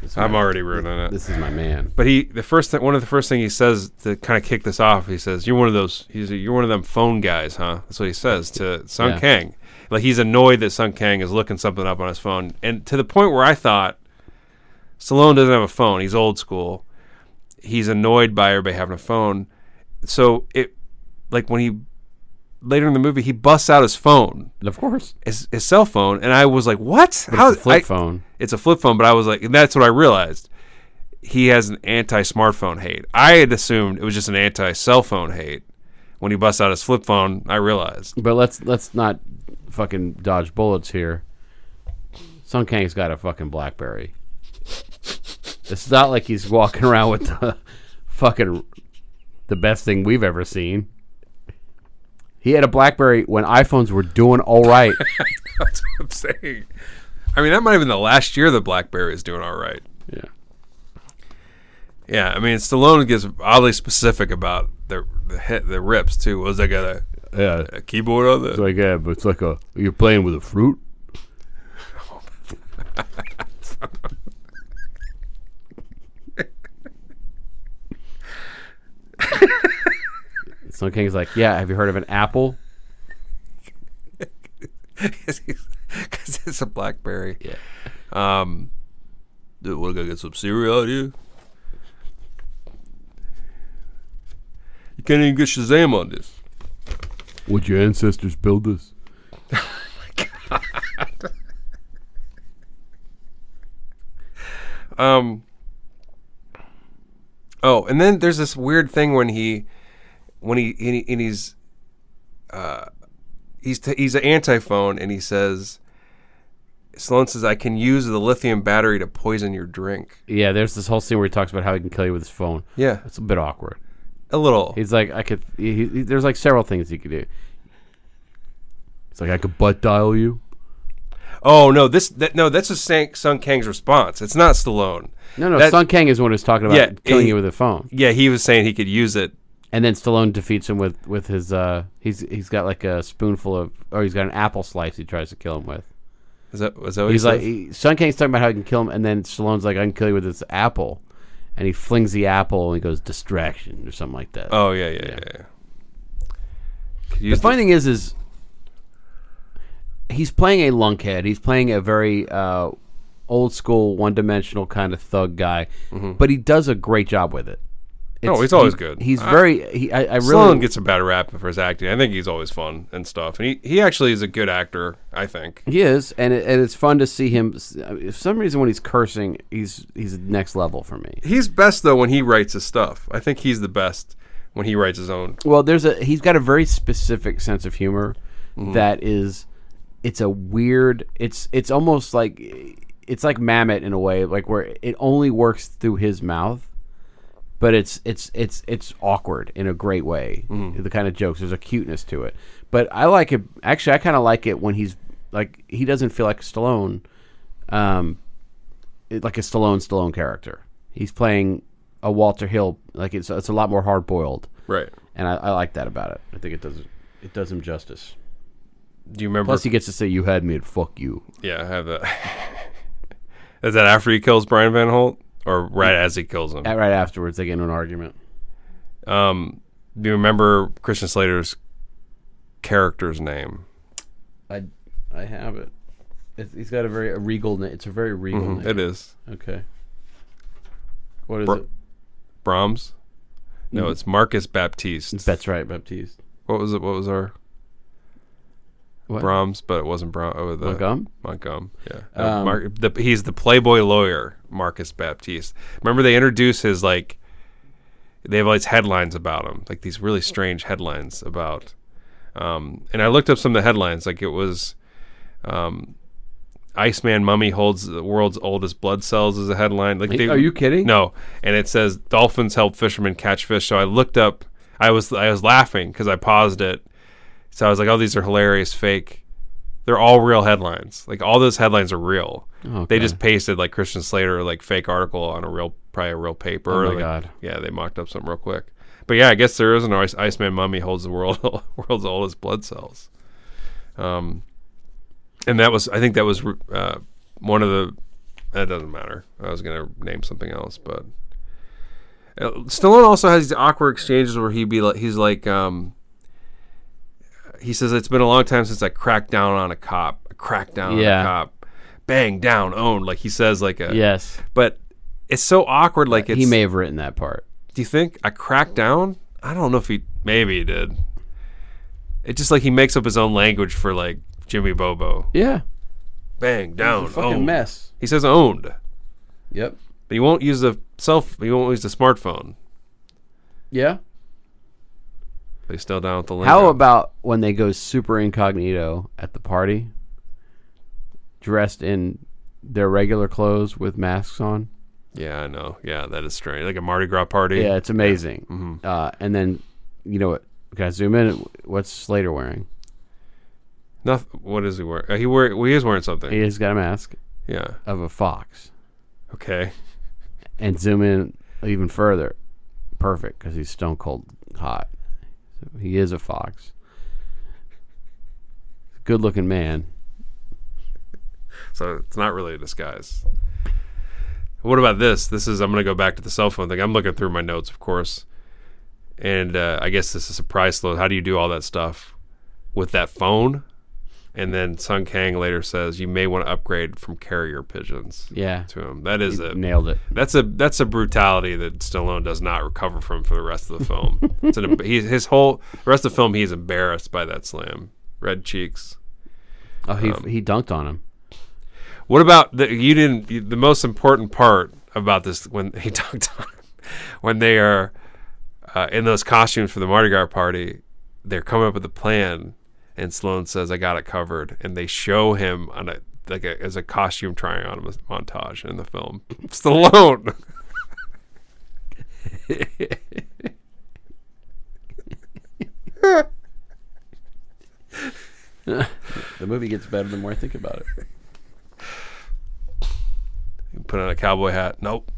this is I'm my- already ruining it. This is my man. But he the first thing one of the first thing he says to kind of kick this off, he says, "You're one of those. He's you're one of them phone guys, huh?" That's what he says to Sung Yeah. Kang. Like he's annoyed that Sung Kang is looking something up on his phone, and to the point where I thought Stallone doesn't have a phone. He's old school. He's annoyed by everybody having a phone. So it like when he later in the movie he busts out his phone, Of course, his, his cell phone, and I was like, "What? How?" it's a flip I- phone. it's a flip phone, but I was like, and that's what I realized. He has an anti smartphone hate. I had assumed it was just an anti cell phone hate. When he busts out his flip phone, I realized. But let's let's not fucking dodge bullets here. Sun Kang's got a fucking BlackBerry. It's not like he's walking around with the fucking the best thing we've ever seen. He had a BlackBerry when iPhones were doing all right. That's what I'm saying. I mean, that might have been the last year the Blackberry is doing all right. yeah. Yeah, I mean, Stallone gets oddly specific about the the, hit, the rips too. Was I got a, Yeah. a keyboard on the? like yeah, but it's like a you're playing with a fruit. Sun King's like, yeah. Have you heard of an apple? Because it's a Blackberry. Yeah. Um, dude, what, gotta get some cereal out of you? You can't even get Shazam on this. Would your ancestors build this? Um. Oh, and then there's this weird thing when he, when he, and, he, and he's, uh, he's t- he's an antiphone, and he says, Sloan says, "I can use the lithium battery to poison your drink." Yeah. There's this whole scene where he talks about how he can kill you with his phone. Yeah, It's a bit awkward. a little. He's like, I could. He, he, there's like several things he could do. It's like I could butt dial you. Oh no, this that, no, that's just Sang, Sung Kang's response. It's not Stallone. No, no. That- Sun Kang is the one who's talking about Yeah, killing he- you with a phone. Yeah, he was saying he could use it. And then Stallone defeats him with with his uh he's he's got like a spoonful of or he's got an apple slice he tries to kill him with. Is that was that what He's he like says? he, Sun Kang's talking about how he can kill him, and then Stallone's like, "I can kill you with this apple," and he flings the apple and he goes distraction or something like that. Oh yeah, yeah, yeah. yeah. Could the use funny thing is, is he's playing a lunkhead. He's playing a very uh, old school, one dimensional kind of thug guy, but he does a great job with it. Mm-hmm. No, It's- he's always he- good. He's I- very. He, I, I Stallone really gets a bad rap for his acting. I think he's always fun and stuff, and he, he actually is a good actor. I think. He is, and it, and it's fun to see him. s- I mean, For some reason, when he's cursing, he's he's next level for me. He's best though when he writes his stuff. I think he's the best when he writes his own. Well, there's a he's got a very specific sense of humor that is, it's a weird. It's it's almost like it's like Mamet in a way, like where it only works through his mouth, but it's it's it's it's awkward in a great way. The kind of jokes there's a cuteness to it, but I like it. Actually, I kind of like it when he's like he doesn't feel like Stallone, um, it- like a Stallone Stallone character. He's playing a Walter Hill. Like it's it's a lot more hard boiled, Right. and I, I like that about it. I think it does it does him justice. Do you remember? Plus, he gets to say "You had me at fuck you." yeah, I have that. Is that after he kills Brian Van Holt or right as he kills him? At- Right afterwards, they get into an argument. Um, do you remember Christian Slater's character's name? I I have it. It's, he's got a very a regal name. It's a very regal name. It is Okay. What is Br- it? Brahms. No, it's Marcus Baptiste. That's right, Baptiste. what was it? What was our What? Brahms? But it wasn't Brahms. Oh, the Montgomery? Um, Montgomery. Yeah. No, Mar- the, he's the Playboy lawyer, Marcus Baptiste. Remember they introduce his like. They have all these headlines about him, like these really strange headlines about. Um, and I looked up some of the headlines. Like it was, um, Iceman mummy holds the world's oldest blood cells as a headline. Like they, Are you kidding? No, and it says dolphins help fishermen catch fish. So I looked up. I was I was laughing because I paused it. So I was like, oh, these are hilarious fake. They're all real headlines. Like all those headlines are real. They just pasted like Christian Slater like fake article on a real probably a real paper. Oh my like- God. Yeah, they mocked up something real quick. But yeah, I guess there is an Ice, Iceman mummy holds the world world's oldest blood cells. Um, and that was I think that was uh, one of the. That doesn't matter. I was gonna name something else, but uh, Stallone also has these awkward exchanges where he be like, he's like, um, he says it's been a long time since I cracked down on a cop, I cracked down on Yeah. a cop, bang down, owned. Like he says, like a Yes. But it's so awkward. Like uh, it's, he may have written that part. do you think I cracked down? I don't know if he maybe he did. It's just like he makes up his own language for like Jimmy Bobo. Yeah. Bang down, Fucking owned. mess. He says owned, Yep. but he won't use the self. He won't use the smartphone. Yeah. But he's still down with the lingo. How about when they go super incognito at the party, dressed in their regular clothes with masks on? Yeah, I know. Yeah, that is strange. Like a Mardi Gras party. Yeah, it's amazing. Uh, and then, you know what? Can I zoom in? What's Slater wearing? Noth- what is he wearing? Uh, he wear- well, he is wearing something. He has got a mask yeah. of a fox. Okay. and zoom in even further. Perfect, because he's stone cold hot. So he is a fox. Good looking man. So it's not really a disguise. What about this? This is I'm going to go back to the cell phone thing. I'm looking through my notes, of course. And uh, I guess this is a price load. How do you do all that stuff with that phone? And then Sung Kang later says you may want to upgrade from carrier pigeons Yeah. to him. That is a Nailed it. That's a that's a brutality that Stallone does not recover from for the rest of the film. it's an, he, his whole the rest of the film he's embarrassed by that slam, red cheeks. Oh, he, he dunked on him. What about the you didn't you- the most important part about this when he talked on when they are uh, in those costumes for the Mardi Gras party, they're coming up with a plan, and Stallone says, "I got it covered," and they show him on a like a, as a costume trying on montage in the film. Stallone. The movie gets better the more I think about it. put on a cowboy hat. Nope.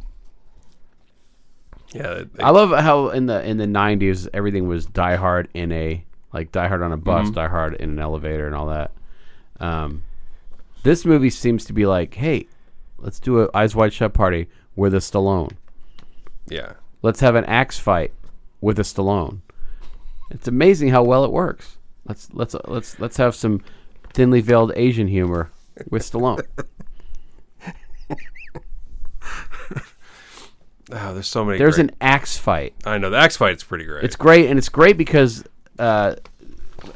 Yeah, they- they- I love how in the in the nineties everything was Die Hard in a like Die Hard on a bus, Die Hard in an elevator, and all that. Um, this movie seems to be like, hey, let's do a Eyes Wide Shut party with a Stallone. yeah. Let's have an axe fight with a Stallone. It's amazing how well it works. Let's let's let's let's have some thinly veiled Asian humor with Stallone. Oh, there's so many. There's great- an axe fight. I know the axe fight's pretty great. It's great, and it's great because uh,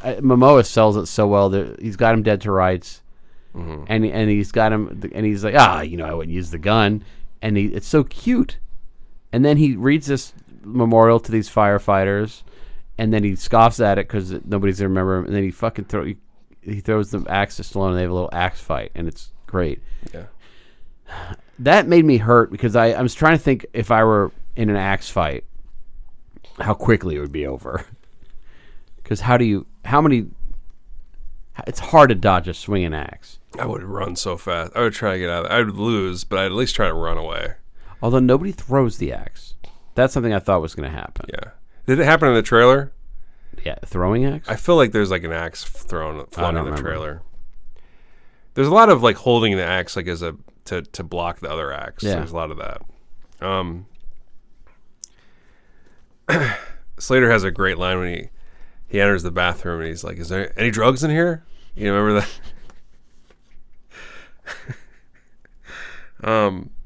uh, Momoa sells it so well. That he's got him dead to rights, Mm-hmm. and and he's got him, and he's like, ah, you know, I wouldn't use the gun, and he, it's so cute. And then he reads this memorial to these firefighters, and then he scoffs at it because nobody's gonna remember him. And then he fucking throw he, he throws the axe to Stallone, and they have a little axe fight, and it's great. yeah. That made me hurt because I, I was trying to think if I were in an axe fight, how quickly it would be over. Because how do you? How many? It's hard to dodge a swinging axe. I would run so fast. I would try to get out. of I would lose, but I'd at least try to run away. Although nobody throws the axe. That's something I thought was going to happen. Yeah. Did it happen in the trailer? Yeah, throwing axe. I feel like there's like an axe thrown I flown in don't the remember. trailer. There's a lot of like holding the axe like as a to to block the other axe. Yeah. There's a lot of that. Um Slater has a great line when he he enters the bathroom and he's like, "Is there any drugs in here?" You remember that?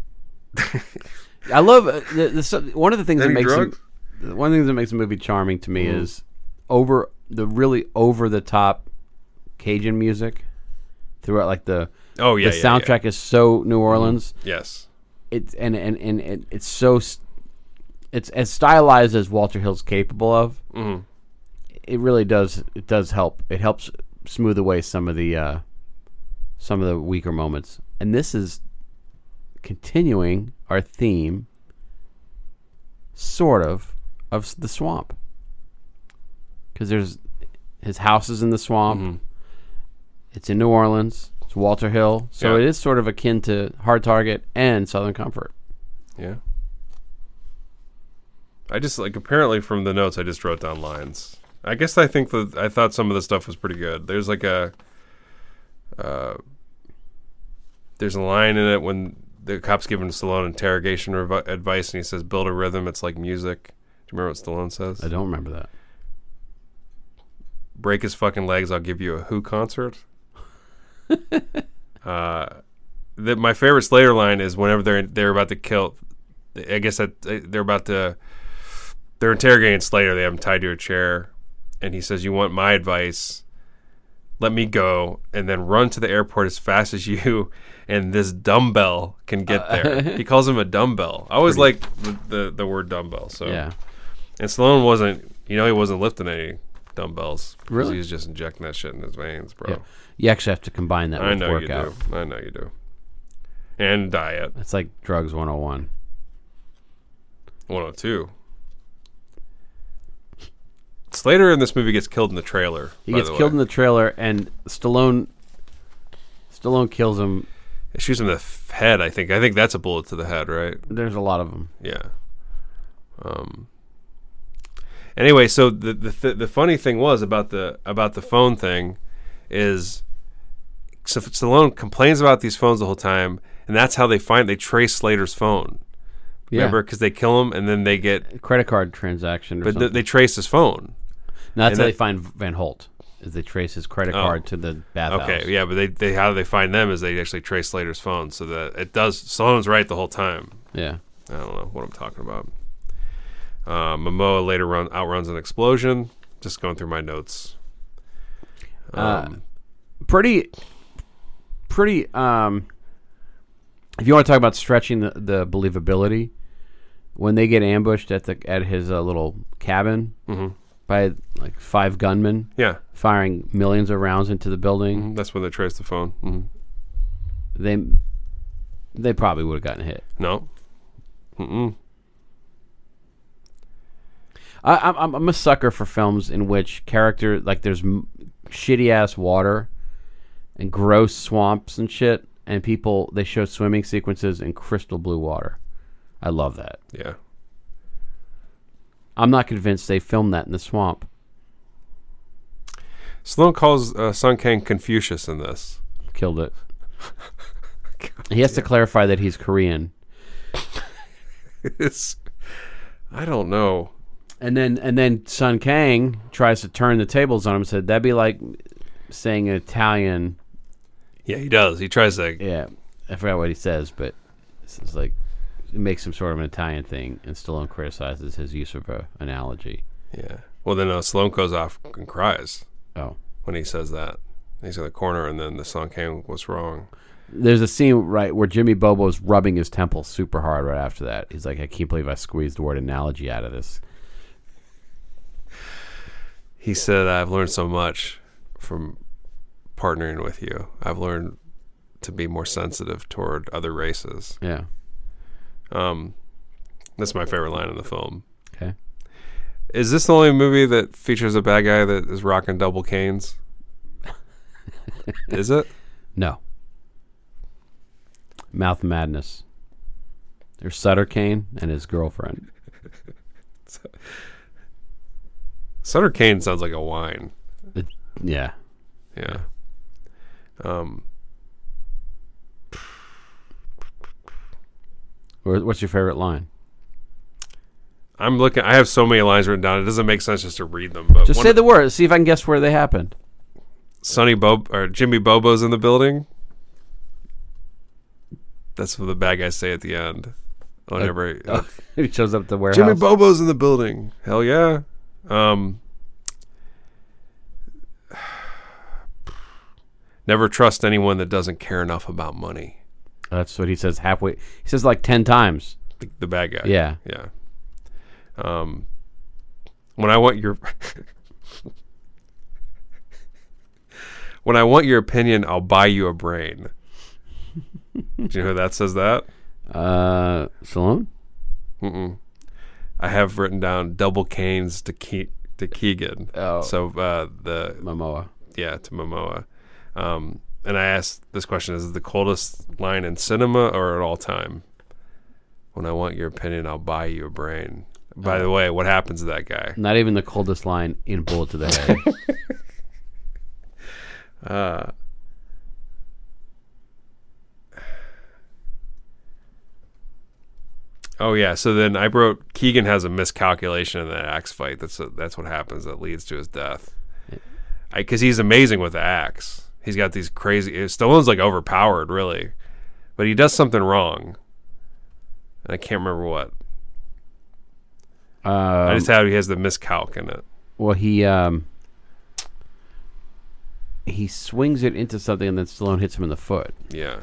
I love uh, the, the, so- one of the things Any that makes a- drugs? Mm-hmm. the one thing that makes a movie charming to me is over the really over the top Cajun music throughout like the Oh yeah. the yeah, yeah. Mm-hmm. soundtrack is so New Orleans. Yes. It's and and and it, it's so s- it's as stylized as Walter Hill's capable of. Mm. It really does it does help. It helps smooth away some of the uh, some of the weaker moments. And this is continuing our theme, sort of, of s- the swamp. Because there's his house is in the swamp. It's in New Orleans. It's Walter Hill, so Yeah. it is sort of akin to Hard Target and Southern Comfort. Yeah. I just like apparently from the notes I just wrote down lines. I guess I think that I thought some of the stuff was pretty good. There's like a uh, there's a line in it when the cops give him Stallone interrogation rev- advice and he says build a rhythm. It's like music. Do you remember what Stallone says? I don't remember that. break his fucking legs, I'll give you a Who concert. uh, the, my favorite Slayer line is whenever they're they're about to kill. I guess that they're about to they're interrogating Slayer. They have him tied to a chair, and he says, "You want my advice? Let me go and then run to the airport as fast as you and this dumbbell can get there." he calls him a dumbbell. I always like the, the the word dumbbell. So Yeah. and Stallone wasn't, you know, he wasn't lifting any dumbbells. 'cause Really? He was just injecting that shit in his veins, bro. Yeah. You actually have to combine that I with know workout. you do. I know you do. And diet It's like drugs 101. 102. Slater in this movie gets killed in the trailer. He gets killed in the trailer, and Stallone Stallone kills him. It shoots him in the f- head, I think. I think that's a bullet to the head, right? There's a lot of them. Yeah. Um. Anyway, so the the th- the funny thing was about the about the phone thing is so Stallone complains about these phones the whole time, and that's how they find they trace Slater's phone. Yeah. Remember, because they kill him and then they get Credit card transaction. Or but th- something. they trace his phone. No, that's and how that- Oh. they find Van Holt. Is they trace his credit card to the bathhouse. Okay, yeah, but they, they how they find them is they actually trace Slater's phone, so that it does Stallone's right the whole time. Yeah. I don't know what I'm talking about. Uh, Momoa later run, outruns an explosion. Just going through my notes. Pretty. Pretty. Um. If you want to talk about stretching the, the believability, when they get ambushed at the at his uh, little cabin Mm-hmm. by like five gunmen Yeah, firing millions of rounds into the building, that's when they traced the phone. hmm they they probably would have gotten hit. No, I, I'm- I'm I'm a sucker for films in which character like there's m- shitty ass water and gross swamps and shit, and people they show swimming sequences in crystal blue water. I love that. yeah, I'm not convinced they filmed that in the swamp. Sloan calls uh, Sun Kang Confucius in this. Killed it. he has to clarify that he's Korean, it's, I don't know. and then and then Sun Kang tries to turn the tables on him. and Said that'd be like saying Italian. Yeah, he does. He tries to. Yeah, I forgot what he says, but it's it's like it makes some sort of an Italian thing, and Stallone criticizes his use of a analogy. Yeah. Well, then uh, Sloan goes off and cries Oh, when he says that. He's in the corner, and then the Sun Kang was wrong. there's a scene right where Jimmy Bobo's rubbing his temple super hard right after that. He's like, I can't believe I squeezed the word analogy out of this. He said, I've learned so much from partnering with you. I've learned to be more sensitive toward other races. Yeah, That's my favorite line in the film. Okay. Is this the only movie that features a bad guy that is rocking double canes? is it? No. Mouth Madness. There's Sutter Kane and his girlfriend. Sutter Kane sounds like a wine. It- yeah. Yeah. Um, Wha- What's your favorite line? I'm looking. I have so many lines written down. It doesn't make sense just to read them. But Just one say of- the word. See if I can guess where they happened. Sonny Bob or Jimmy Bobo's in the building. That's what the bad guys say at the end. Uh, uh, Whenever he shows up at the warehouse. Jimmy Bobo's in the building. Hell yeah. Um, never trust anyone that doesn't care enough about money. That's what he says halfway. He says like 10 times. The, the bad guy. Yeah. Yeah. Um, when I want your when I want your opinion, I'll buy you a brain. Do you know who that says that? Uh, Stallone? I have written down double canes to Ke- to Keegan. Oh. So uh, the Momoa. yeah to Momoa. Um, and I asked this question: Is it the coldest line in cinema or at all time? When I want your opinion, I'll buy you a brain. By the way, what happens to that guy? Not even the coldest line in Bullet to the Head. Oh yeah. So then I wrote Keegan has a miscalculation in that axe fight. That's that's what happens. That leads to his death. Because he's amazing with the axe. He's got these crazy. Stallone's like overpowered, really, but he does something wrong. And I can't remember what. I Uh, just had he has the miscalc in it. well, he um, he swings it into something and then Stallone hits him in the foot. Yeah.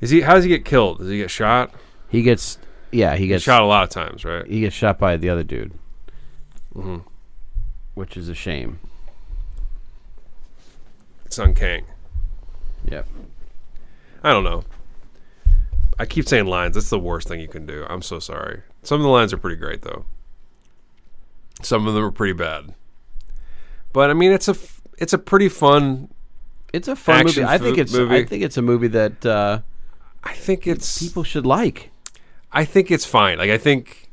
Is he? How does he get killed? Does he get shot? He gets, yeah, he He gets shot a lot of times, right? He gets shot by the other dude, Mm-hmm. which is a shame. Sun Kang. Yep. I don't know. I keep saying lines. That's the worst thing you can do. I'm so sorry. Some of the lines are pretty great, though. Some of them are pretty bad. But I mean, it's a f- it's a pretty fun. It's a fun Action movie. I think fo- it's. I movie. think it's a movie that uh, I think it's people should like. I think it's fine. Like I think,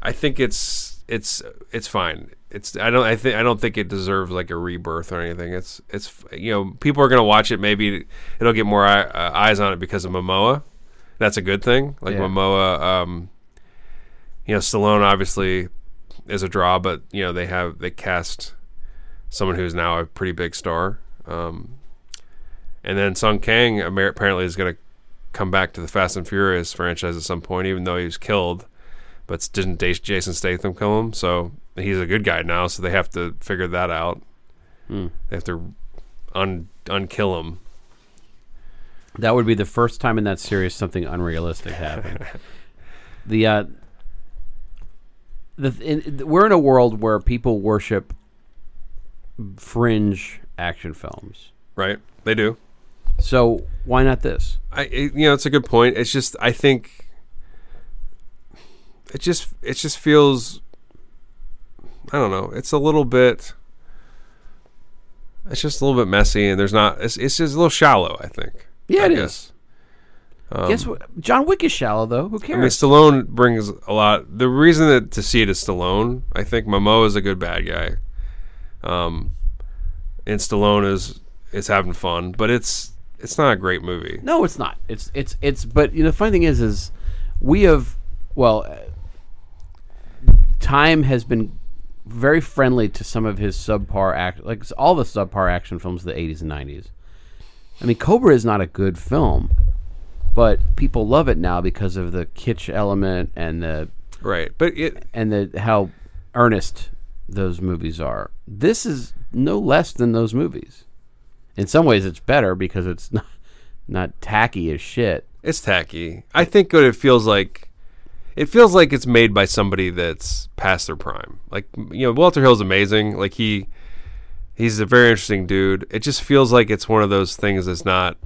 I think it's it's it's fine. It's I don't I think I don't think it deserves like a rebirth or anything. It's it's you know people are gonna watch it. Maybe it'll get more eye, uh, eyes on it because of Momoa. That's a good thing. Like Yeah. Momoa, um, you know Stallone obviously is a draw, but you know they have they cast someone who's now a pretty big star. Um, and then Sung Kang amer- apparently is gonna come back to the Fast and Furious franchise at some point, even though he was killed. But s- didn't Da- Jason Statham kill him? So he's a good guy now. So they have to figure that out. Hmm. They have to un unkill him. That would be the first time in that series something unrealistic happened. the uh, the in, we're in a world where people worship fringe action films. Right? They do. So why not this? I it, you know it's a good point. It's just I think it just it just feels I don't know. It's a little bit. It's just a little bit messy, and there's not. It's, it's just a little shallow. I think. Yeah, I it is. Um, guess. Guess what? John Wick is shallow though. Who I mean, cares? Stallone brings a lot. The reason that to see it is Stallone. I think Momoa is a good bad guy, um, and Stallone is is having fun. But it's it's not a great movie. No, it's not. It's it's it's. But you know, the funny thing is, is we have well, uh, time has been very friendly to some of his subpar act, like s- all the subpar action films of the '80s and '90s. I mean, Cobra is not a good film, but people love it now because of the kitsch element and the Right, but it and the how earnest those movies are. This is no less than those movies. In some ways, it's better because it's not not tacky as shit. it's tacky. I think what it feels like. It feels like it's made by somebody that's past their prime. Like you know, Walter Hill's amazing. Like he he's a very interesting dude. It just feels like it's one of those things that's not.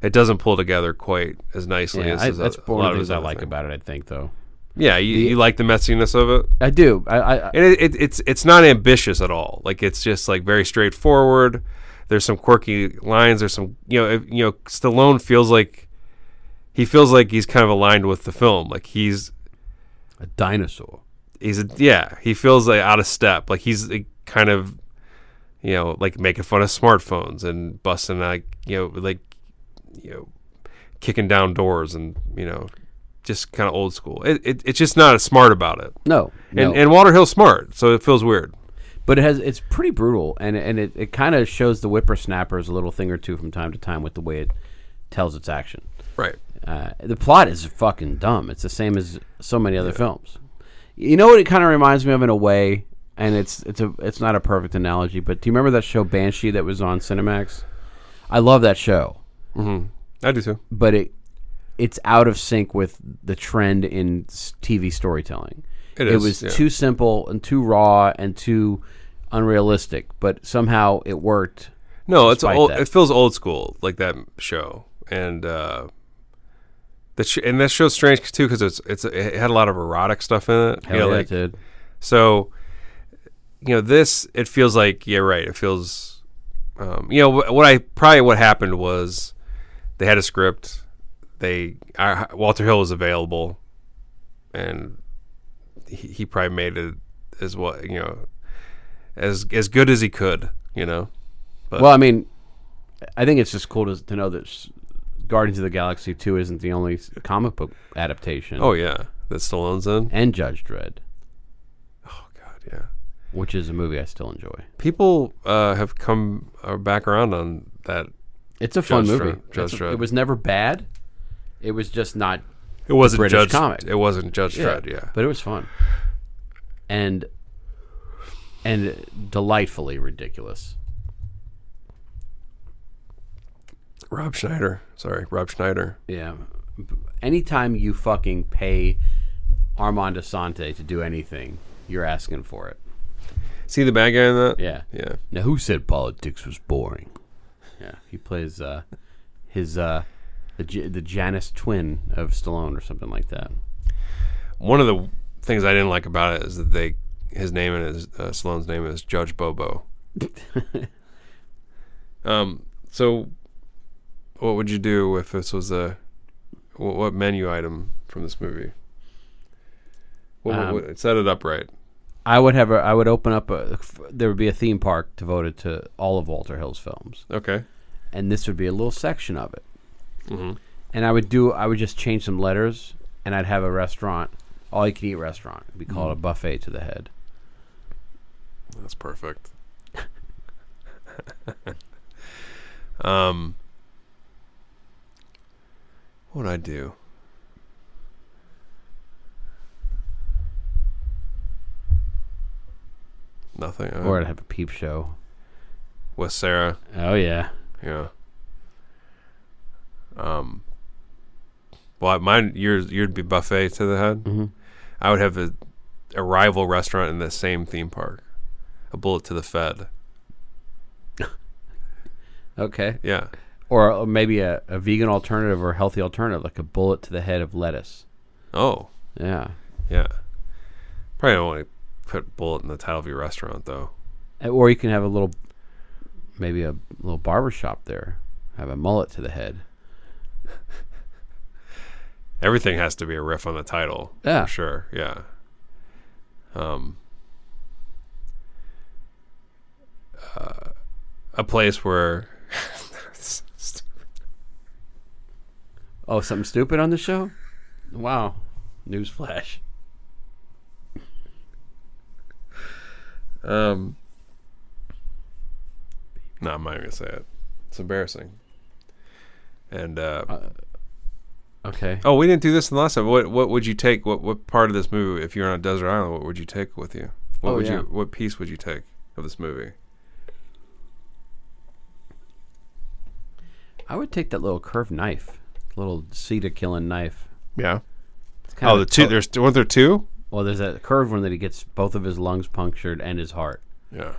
it doesn't pull together quite as nicely Oh, Yeah, as, I, as that's a, a one lot of of the his things I other like things. about it. I think though. Yeah, you, you like the messiness of it, I do. I, I, I and it, it, it's it's not ambitious at all. Like it's just like very straightforward. There's some quirky lines. There's some you know if- you know Stallone feels like he feels like he's kind of aligned with the film. Like he's a dinosaur. he's a, yeah he feels like out of step like he's like, kind of you know like making fun of smartphones and busting like you know like you know kicking down doors and you know just kind of old school it, it, it's just not as smart about it No, no. and, and Walter Hill's smart so it feels weird but it has it's pretty brutal and and it, it kind of shows the whippersnappers a little thing or two from time to time with the way it tells its action right uh, the plot is fucking dumb it's the same as so many other films you know what it kind of reminds me of in a way and it's it's a it's not a perfect analogy but do you remember that show banshee that was on cinemax i love that show I do too but it it's out of sync with the trend in s- TV storytelling. It it is, was yeah. too simple and too raw and too unrealistic, but somehow it worked. no it's Despite old, that. it feels old school like that show and uh that sh- and that show's strange too because it's it's it had a lot of erotic stuff in it Hell you know, yeah, like, dude. So, you know, this it feels like yeah, right. It feels, um, you know, wh- what I probably what happened was they had a script. They uh, Walter Hill was available, and he, he probably made it as well. You know, as as good as he could. You know, Well, I mean, I think it's just cool to, to know that s- Guardians of the Galaxy 2 isn't the only s- comic book adaptation. oh yeah, that Stallone's in. And Judge Dredd, Oh god, yeah. which is a movie I still enjoy. People uh, have come uh, back around on that. It's a fun Judge movie. Dredd- Judge It's a- Dredd. It was never bad. It was just not It wasn't British Judge. comic. It wasn't Judge Dredd. Yeah. But it was fun. And and delightfully ridiculous. Rob Schneider. Sorry, Rob Schneider. Yeah. B- Anytime you fucking pay Armand Asante to do anything, you're asking for it. See the bad guy in that? Yeah. Yeah. Now who said politics was boring? Yeah. He plays uh his uh the, J- the Janice twin of Stallone or something like that. One of the things I didn't like about it is that they his name and his uh, Stallone's name is Judge Bobo. um. So, what would you do if this was a what, what menu item from this movie? What, what- what- set it up right. I would have a, I would open up a f- there would be a theme park devoted to all of Walter Hill's films. Okay. and this would be a little section of it. And I would do, I would just change some letters, and I'd have a restaurant, all you can eat restaurant. We call it a buffet to the head. That's perfect. um, what would I do? Nothing. uh, Or I'd have a peep show. with Sarah, Oh yeah, yeah. Um. Well, mine, yours, you'd be buffet to the head. Mm-hmm. I would have a, a rival restaurant in the same theme park, a bullet to the Fed. okay. Yeah. Or, uh, maybe a, a vegan alternative or a healthy alternative, like a bullet to the head of lettuce. Oh, Yeah. yeah. Probably don't want to put bullet in the title of your restaurant though. Uh, Or you can have a little, maybe a little barber shop there. Have a mullet to the head. Everything has to be a riff on the title. Yeah. For sure. Yeah. Um uh, a place where Oh, something stupid on the show? Wow. Newsflash. um No, I'm not even gonna say it. It's embarrassing. And uh, Okay. oh, we didn't do this in the last time. What what would you take? What what part of this movie, if you're on a desert island, what would you take with you? What Oh, would yeah. you? What piece would you take of this movie? I would take that little curved knife, little cedar killing knife. Yeah. It's Oh, the of two. to- There's weren't there two? well, there's that curved one that he gets both of his lungs punctured and his heart Yeah.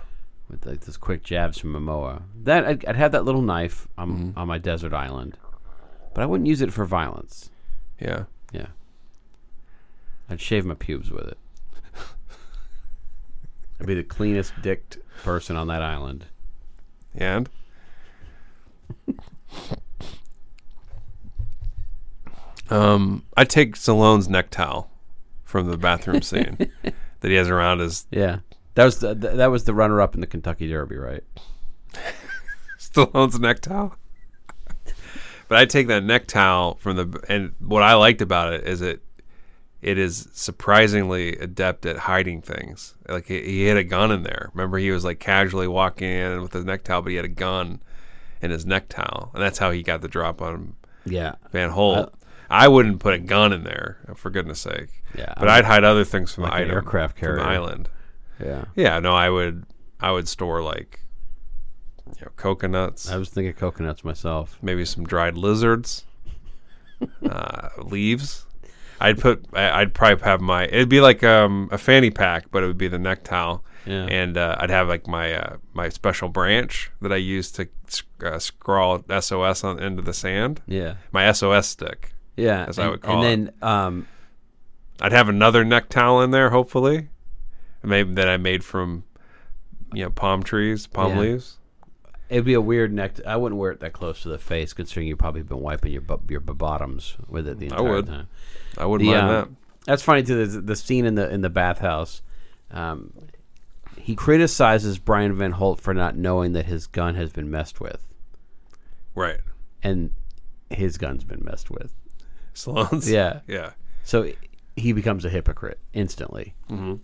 with Mm-hmm. like those quick jabs from Momoa. That I'd, I'd have that little knife on, on my desert island, but I wouldn't use it for violence. Yeah. Yeah. I'd shave my pubes with it. I'd be the cleanest dicked person on that island. And um, I take Stallone's neck towel from the bathroom scene that he has around his Yeah. That was the, th- that was the runner up in the Kentucky Derby, right? Stallone's neck towel. but I take that neck towel from the and what I liked about it is it it is surprisingly adept at hiding things. Like he, he had a gun in there. Remember, he was like casually walking in with his neck towel, but he had a gun in his neck towel, and that's how he got the drop on him. Yeah. Van Uh, Holt. I wouldn't put a gun in there, for goodness sake. Yeah, but I I'd hide other things from the an item, aircraft from the carrier. island. Yeah. Yeah, no, I would, I would store like, you know, coconuts, I was thinking coconuts myself. maybe some dried lizards, uh, leaves. I'd put, I, I'd probably have my. It'd be like um, a fanny pack, but it would be the neck towel, Yeah. and uh, I'd have like my uh, my special branch that I use to sc- uh, scrawl SOS on into the sand. Yeah. My SOS stick. Yeah. As I and, would call and then um I'd have another neck towel in there, hopefully, maybe that I made from, you know, palm trees, palm Yeah. leaves. it'd be a weird neck. I I wouldn't wear it that close to the face, considering you've probably been wiping your bu- your bu- bottoms with it the entire would. time. I wouldn't The, mind um, That's funny too. The, the scene in the in the bathhouse, um, he criticizes Brian Van Holt for not knowing that his gun has been messed with, that. Right. and his gun's been messed with. Salons. Yeah. Yeah. So he becomes a hypocrite instantly Mm-hmm.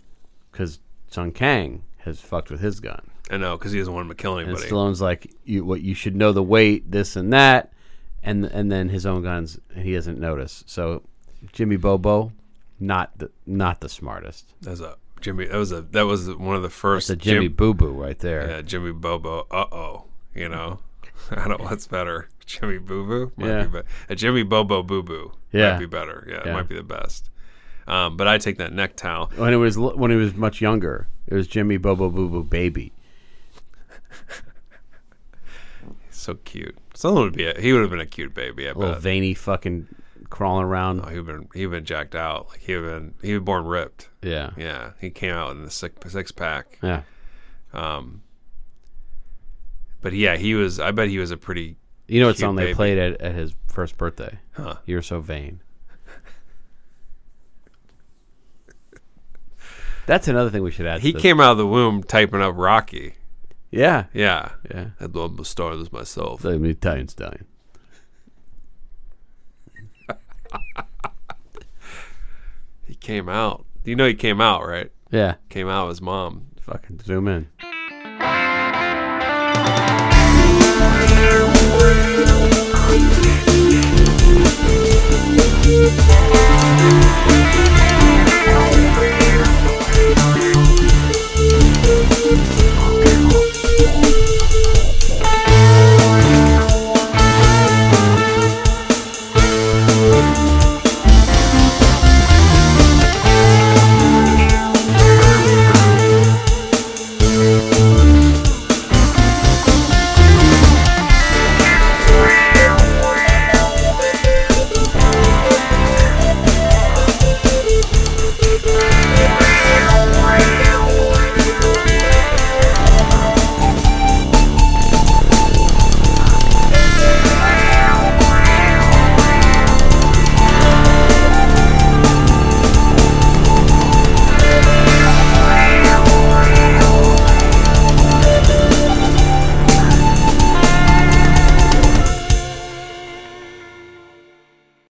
because Sun Kang has fucked with his gun. I know, because he doesn't want him to kill And anybody. Stallone's like, you, "What you should know the weight, this and that," and and then his own guns he doesn't notice. So Jimmy Bobo, not the not the smartest. That was a Jimmy. That was a. That was one of the first. It's a Jimmy Jim- Boo Boo right there. yeah, Jimmy Bobo. Uh oh. You know, I don't. What's better, Jimmy Boo Boo? Might Yeah. Be be- a Jimmy Bobo Boo Boo. Yeah. Might be better. Yeah, Yeah. It might be the best. Um, but I take that neck towel. When it was l- when he was much younger, it was Jimmy Bobo Boo Boo Baby. So cute. Someone would be. A, he would have been a cute baby. I Little bet. veiny fucking crawling around. Oh, he'd been he'd been jacked out. Like he'd been he was born ripped. yeah. yeah. Yeah, he came out in the six six pack. But yeah, he was. I bet he was a pretty. You know what Cute song they baby. played at, at his first birthday? You're so vain. That's another thing we should add. to He this. came out of the womb typing up Rocky. Yeah. Yeah, Yeah. I'm the star this myself. Let me Einstein. He came out. You know he came out right? Yeah. Came out of his mom. Fucking zoom in.